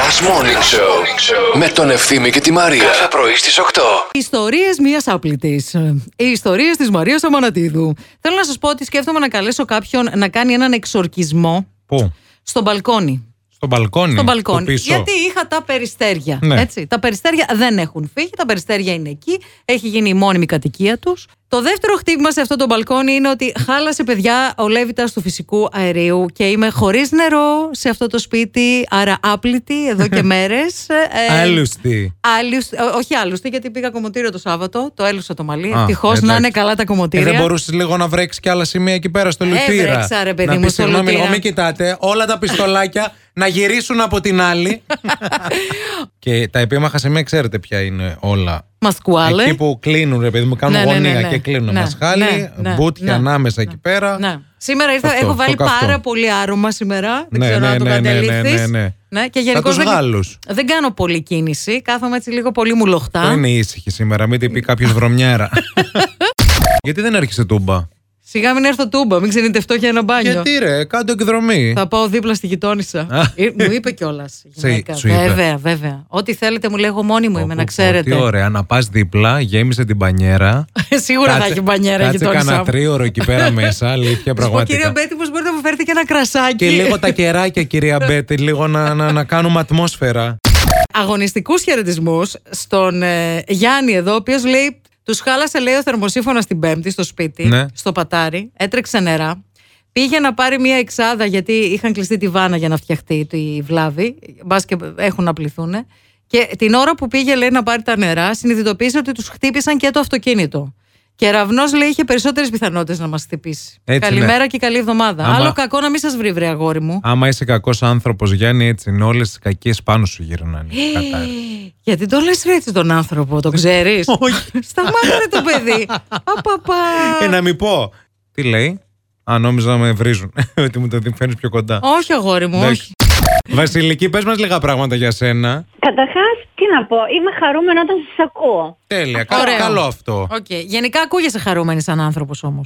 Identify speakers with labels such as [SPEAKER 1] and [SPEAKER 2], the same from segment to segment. [SPEAKER 1] Last Morning Show με τον Ευθύμη και τη Μαρία. Κάθε πρωί στις 8.
[SPEAKER 2] Ιστορίες μία άπλητης. Οι ιστορίες της Μαρίας Αμανατίδου. Θέλω να σας πω ότι σκέφτομαι να καλέσω κάποιον να κάνει έναν εξορκισμό
[SPEAKER 3] Πού?
[SPEAKER 2] στο μπαλκόνι.
[SPEAKER 3] Στο μπαλκόνι.
[SPEAKER 2] Στο μπαλκόνι.
[SPEAKER 3] το Ναι, Πίσω. Ε,
[SPEAKER 2] Γιατί είχα τα περιστέρια.
[SPEAKER 3] Ναι.
[SPEAKER 2] Έτσι. Τα περιστέρια δεν έχουν φύγει, τα περιστέρια είναι εκεί. Έχει γίνει η μόνιμη κατοικία τους. Το δεύτερο χτύπημα σε αυτό το μπαλκόνι είναι ότι χάλασε παιδιά ο λέβητα του φυσικού αερίου και είμαι χωρίς νερό σε αυτό το σπίτι, άρα άπλητη εδώ και μέρες.
[SPEAKER 3] Άλλουστη.
[SPEAKER 2] Άλλους- ό, όχι άλλουστε, γιατί πήγα κομμωτήριο το Σάββατο, το έλουσα το μαλλί.
[SPEAKER 3] Α,
[SPEAKER 2] Ευτυχώς να
[SPEAKER 3] εντάξει.
[SPEAKER 2] είναι καλά τα
[SPEAKER 3] Ε,
[SPEAKER 2] κομμωτήρια.
[SPEAKER 3] δεν μπορούσες λίγο να βρέξεις και άλλα σημεία εκεί πέρα στο λουτήρα.
[SPEAKER 2] Έβρεξα, ρε, παιδί
[SPEAKER 3] να
[SPEAKER 2] μου,
[SPEAKER 3] πεις,
[SPEAKER 2] στο
[SPEAKER 3] «Συγγνώμη,
[SPEAKER 2] λουτήρα».
[SPEAKER 3] λίγο, μην κοιτάτε. Όλα τα πιστολάκια να γυρίσουν από την άλλη. και τα επίμαχα σημεία ξέρετε ποια είναι όλα.
[SPEAKER 2] Μας σκουάλε.
[SPEAKER 3] Εκεί που κλείνουν, ρε παιδί μου, κάνουν
[SPEAKER 2] Ναι, ναι, ναι,
[SPEAKER 3] γωνία
[SPEAKER 2] ναι.
[SPEAKER 3] και κλείνουν.
[SPEAKER 2] Ναι,
[SPEAKER 3] μασχάλι,
[SPEAKER 2] ναι, ναι,
[SPEAKER 3] μπούτια
[SPEAKER 2] ναι.
[SPEAKER 3] ανάμεσα εκεί πέρα.
[SPEAKER 2] Ναι. Σήμερα ήρθα,
[SPEAKER 3] Αυτό,
[SPEAKER 2] έχω βάλει
[SPEAKER 3] το καυτό.
[SPEAKER 2] πάρα πολύ άρωμα σήμερα. Δεν
[SPEAKER 3] Ναι,
[SPEAKER 2] ξέρω
[SPEAKER 3] ναι,
[SPEAKER 2] αν το
[SPEAKER 3] ναι, ναι, ναι,
[SPEAKER 2] καταλήφθη.
[SPEAKER 3] ναι, ναι.
[SPEAKER 2] και
[SPEAKER 3] Σαν
[SPEAKER 2] γενικώς
[SPEAKER 3] τους
[SPEAKER 2] δεν,
[SPEAKER 3] Γάλλους.
[SPEAKER 2] δεν κάνω πολλή κίνηση. Κάθομαι έτσι λίγο πολύ μου
[SPEAKER 3] Δεν
[SPEAKER 2] λοχτά.
[SPEAKER 3] είναι ήσυχη σήμερα, μην την πει κάποιος βρωμιέρα. Γιατί δεν έρχεσαι τούμπα.
[SPEAKER 2] Σιγά μην έρθω τούμπα, μην ξενιτευτώ για ένα μπάνιο.
[SPEAKER 3] Γιατί ρε, κάτω εκδρομή.
[SPEAKER 2] Θα πάω δίπλα στη γειτόνισσα. Ε, μου είπε κιόλας.
[SPEAKER 3] σου είπε.
[SPEAKER 2] Βέβαια, βέβαια. Ό,τι θέλετε μου λέει, εγώ μόνη μου είμαι, να
[SPEAKER 3] Πω, πω, Τι
[SPEAKER 2] ξέρετε.
[SPEAKER 3] ωραία, να πας δίπλα, γέμισε την πανιέρα.
[SPEAKER 2] Σίγουρα θα έχει μπανιέρα η
[SPEAKER 3] κάτσε
[SPEAKER 2] γειτόνισσα.
[SPEAKER 3] κανένα
[SPEAKER 2] μου.
[SPEAKER 3] τρίωρο εκεί πέρα μέσα, αλήθεια
[SPEAKER 2] Της πω, κύριε
[SPEAKER 3] πραγματικά.
[SPEAKER 2] Μπέτη, πώς μπορείτε να μου φέρετε και ένα κρασάκι.
[SPEAKER 3] Και λίγο τα κεράκια, κυρία
[SPEAKER 2] Ναι.
[SPEAKER 3] Μπέτη, λίγο να, να, να κάνουμε ατμόσφαιρα.
[SPEAKER 2] αγωνιστικούς χαιρετισμούς στον ε, Γιάννη εδώ, ο οποίος λέει: Τους χάλασε, λέει, ο θερμοσύφωνας την Πέμπτη στο σπίτι,
[SPEAKER 3] Ναι.
[SPEAKER 2] στο πατάρι, έτρεξε νερά. Πήγε να πάρει μια εξάδα γιατί είχαν κλειστεί τη βάνα για να φτιαχτεί τη βλάβη. Μπας και έχουν να πληθούν. Και την ώρα που πήγε, λέει, να πάρει τα νερά, συνειδητοποίησε ότι τους χτύπησαν και το αυτοκίνητο. Και ραυνό, λέει, είχε περισσότερες πιθανότητες να μας χτυπήσει.
[SPEAKER 3] Έτσι, ναι.
[SPEAKER 2] Καλημέρα και καλή εβδομάδα.
[SPEAKER 3] Άμα-
[SPEAKER 2] Άλλο κακό να μην σας βρει, βρε αγόρι μου.
[SPEAKER 3] Άμα είσαι κακός άνθρωπος, Γιάννη, έτσι είναι. Όλες τις κακίες πάνω σου γυρνάνε.
[SPEAKER 2] Ε,
[SPEAKER 3] Κατάρι.
[SPEAKER 2] Γιατί το λες ρε έτσι τον άνθρωπο, το ξέρεις Όχι. Σταμάτα ρε το παιδί. Απαπα.
[SPEAKER 3] Ε, να μην πω. Τι λέει. Α, νόμιζα να με βρίζουν. ότι μου το φέρνεις πιο κοντά.
[SPEAKER 2] Όχι, αγόρι μου,
[SPEAKER 3] Εντάξει.
[SPEAKER 2] όχι.
[SPEAKER 3] Βασιλική, πες μας λίγα πράγματα για σένα.
[SPEAKER 4] Καταρχάς, τι να πω, είμαι χαρούμενο όταν σας ακούω.
[SPEAKER 3] Τέλεια. Κα-
[SPEAKER 2] Ωραίο.
[SPEAKER 3] Καλό αυτό.
[SPEAKER 2] Οκ. Γενικά ακούγεσαι χαρούμενη σαν άνθρωπος όμως.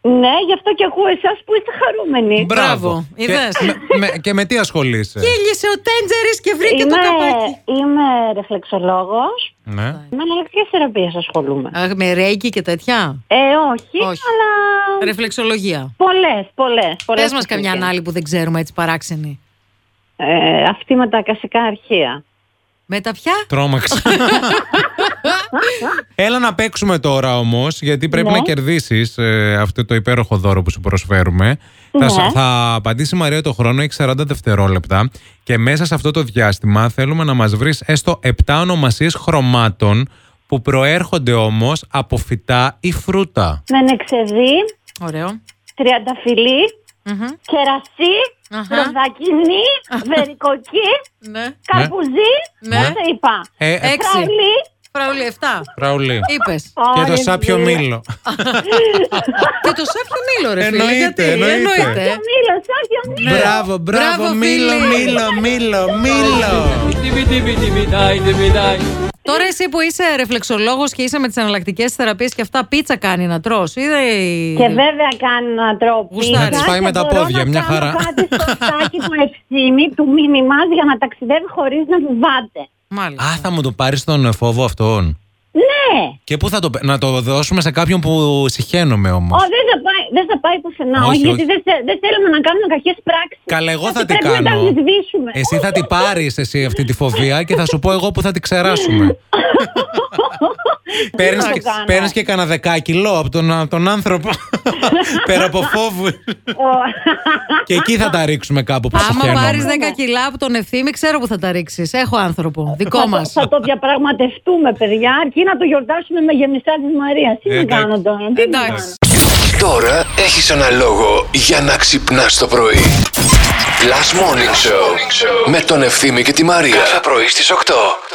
[SPEAKER 4] Ναι, γι' αυτό και ακούω εσάς που είστε χαρούμενοι.
[SPEAKER 2] Μπράβο. Είδες.
[SPEAKER 3] Και, με, με- και με τι ασχολείσαι.
[SPEAKER 2] Γέλισε ο Τέντζερης και βρήκε το
[SPEAKER 4] Είμαι,
[SPEAKER 2] καπάκι.
[SPEAKER 4] είμαι ρεφλεξολόγος.
[SPEAKER 3] Ναι.
[SPEAKER 4] Με αναλλακτικέ θεραπείες ασχολούμαι.
[SPEAKER 2] Αχ, με ρέγγι και τέτοια.
[SPEAKER 4] Ε, όχι,
[SPEAKER 2] Όχι.
[SPEAKER 4] αλλά.
[SPEAKER 2] Ρεφλεξολογία.
[SPEAKER 4] Πολλές, πολλές.
[SPEAKER 2] Πες μας καμιά ανάλη που δεν ξέρουμε έτσι παράξενη.
[SPEAKER 4] Ε, αυτή με τα ακασικά αρχεία.
[SPEAKER 2] Με τα πια.
[SPEAKER 3] Τρώμαξα. Έλα να παίξουμε τώρα όμως, γιατί πρέπει
[SPEAKER 4] Ναι.
[SPEAKER 3] να κερδίσεις αυτό το υπέροχο δώρο που σου προσφέρουμε. Θα, σου-
[SPEAKER 4] Ναι.
[SPEAKER 3] θα απαντήσει η Μαρία το χρόνο, έχει 40 δευτερόλεπτα. Και μέσα σε αυτό το διάστημα θέλουμε να μας βρεις έστω 7 ονομασίες χρωμάτων που προέρχονται όμως από φυτά ή φρούτα.
[SPEAKER 4] Μενεξεδί,
[SPEAKER 2] Ωραίο.
[SPEAKER 4] τριανταφυλλή,
[SPEAKER 2] Μμμ.
[SPEAKER 4] κερασί,
[SPEAKER 2] Αχα.
[SPEAKER 4] ροδακινή, βερικοκή,
[SPEAKER 2] Ναι.
[SPEAKER 4] καρπουζί.
[SPEAKER 2] Ναι.
[SPEAKER 4] Ναι. Τα είπα.
[SPEAKER 3] Ε, ε,
[SPEAKER 2] Έξι.
[SPEAKER 4] Φραουλί.
[SPEAKER 2] Φραουλή, 7.
[SPEAKER 3] Ραουλή.
[SPEAKER 2] Είπες.
[SPEAKER 3] Και το
[SPEAKER 4] Όλες
[SPEAKER 3] σάπιο
[SPEAKER 4] δύο.
[SPEAKER 3] μήλο.
[SPEAKER 2] Και το σάπιο μήλο, ρε φίλε.
[SPEAKER 3] Εννοείται,
[SPEAKER 2] γιατί,
[SPEAKER 3] εννοείται.
[SPEAKER 4] Σάπιο μήλο, σάπιο μήλο.
[SPEAKER 3] Μπράβο,
[SPEAKER 2] Ε. Μπράβο,
[SPEAKER 3] μπράβο, μήλο,
[SPEAKER 2] φίλη.
[SPEAKER 3] μήλο, μήλο, μήλο.
[SPEAKER 4] Ναι.
[SPEAKER 5] Tibi tibi tibi dai tibi dai.
[SPEAKER 2] Τώρα εσύ που είσαι ρεφλεξολόγος και είσαι με τις αναλλακτικέ θεραπείες και αυτά, πίτσα κάνει να τρώ. Είδε. η-
[SPEAKER 4] Και βέβαια κάνω να τρώω πίτσα
[SPEAKER 2] Να τις
[SPEAKER 3] φάει
[SPEAKER 4] και
[SPEAKER 3] με τα
[SPEAKER 4] μπορώ
[SPEAKER 3] πόδια,
[SPEAKER 4] να
[SPEAKER 3] μια
[SPEAKER 4] κάνω
[SPEAKER 3] χαρά.
[SPEAKER 4] κάτι στο στάκι του ευθύνη του μήνυμας για να ταξιδεύει χωρίς να φοβάται.
[SPEAKER 2] Μάλιστα.
[SPEAKER 3] Α, θα μου το πάρεις τον φόβο αυτόν.
[SPEAKER 4] Ναι!
[SPEAKER 3] Και πού θα το. πε- Να το δώσουμε σε κάποιον που συχαίνομαι όμως.
[SPEAKER 4] Ω, δεν θα πάει, δεν θα πάει πουθενά,
[SPEAKER 3] Όχι,
[SPEAKER 4] όχι,
[SPEAKER 3] όχι.
[SPEAKER 4] γιατί δεν, θε- δεν θέλουμε να κάνουμε κακές πράξεις.
[SPEAKER 3] Καλά, εγώ θα
[SPEAKER 4] Γιατί
[SPEAKER 3] την
[SPEAKER 4] πρέπει να τα
[SPEAKER 3] κάνω.
[SPEAKER 4] αμφισβήσουμε.
[SPEAKER 3] Εσύ θα την πάρεις εσύ αυτή τη φοβία και θα σου πω εγώ που θα την ξεράσουμε.
[SPEAKER 4] Δεν
[SPEAKER 3] Παίρνει
[SPEAKER 4] θα το
[SPEAKER 3] και,
[SPEAKER 4] κάνω.
[SPEAKER 3] παίρνεις και κανένα δεκάκιλο από τον, από τον άνθρωπο. Πέρα από φόβου.
[SPEAKER 4] Ω.
[SPEAKER 3] και εκεί θα τα ρίξουμε κάπου που
[SPEAKER 2] Άμα πάρει
[SPEAKER 3] συχαίνομαι.
[SPEAKER 2] 10 κιλά από τον ευθύμη, ξέρω που θα τα ρίξεις. Έχω άνθρωπο. Δικό
[SPEAKER 4] Θα
[SPEAKER 2] μα.
[SPEAKER 4] το- Θα το διαπραγματευτούμε, παιδιά, αρκεί να το γιορτάσουμε με γεμιστά της Μαρίας. Τι να
[SPEAKER 3] Εντάξει.
[SPEAKER 4] κάνω τώρα, τι να κάνω.
[SPEAKER 2] Εντάξει.
[SPEAKER 1] Τώρα έχεις ένα λόγο για να ξυπνάς το πρωί. Last Morning Show με τον Ευθύμη και τη Μαρία. Κάθε πρωί στις 8.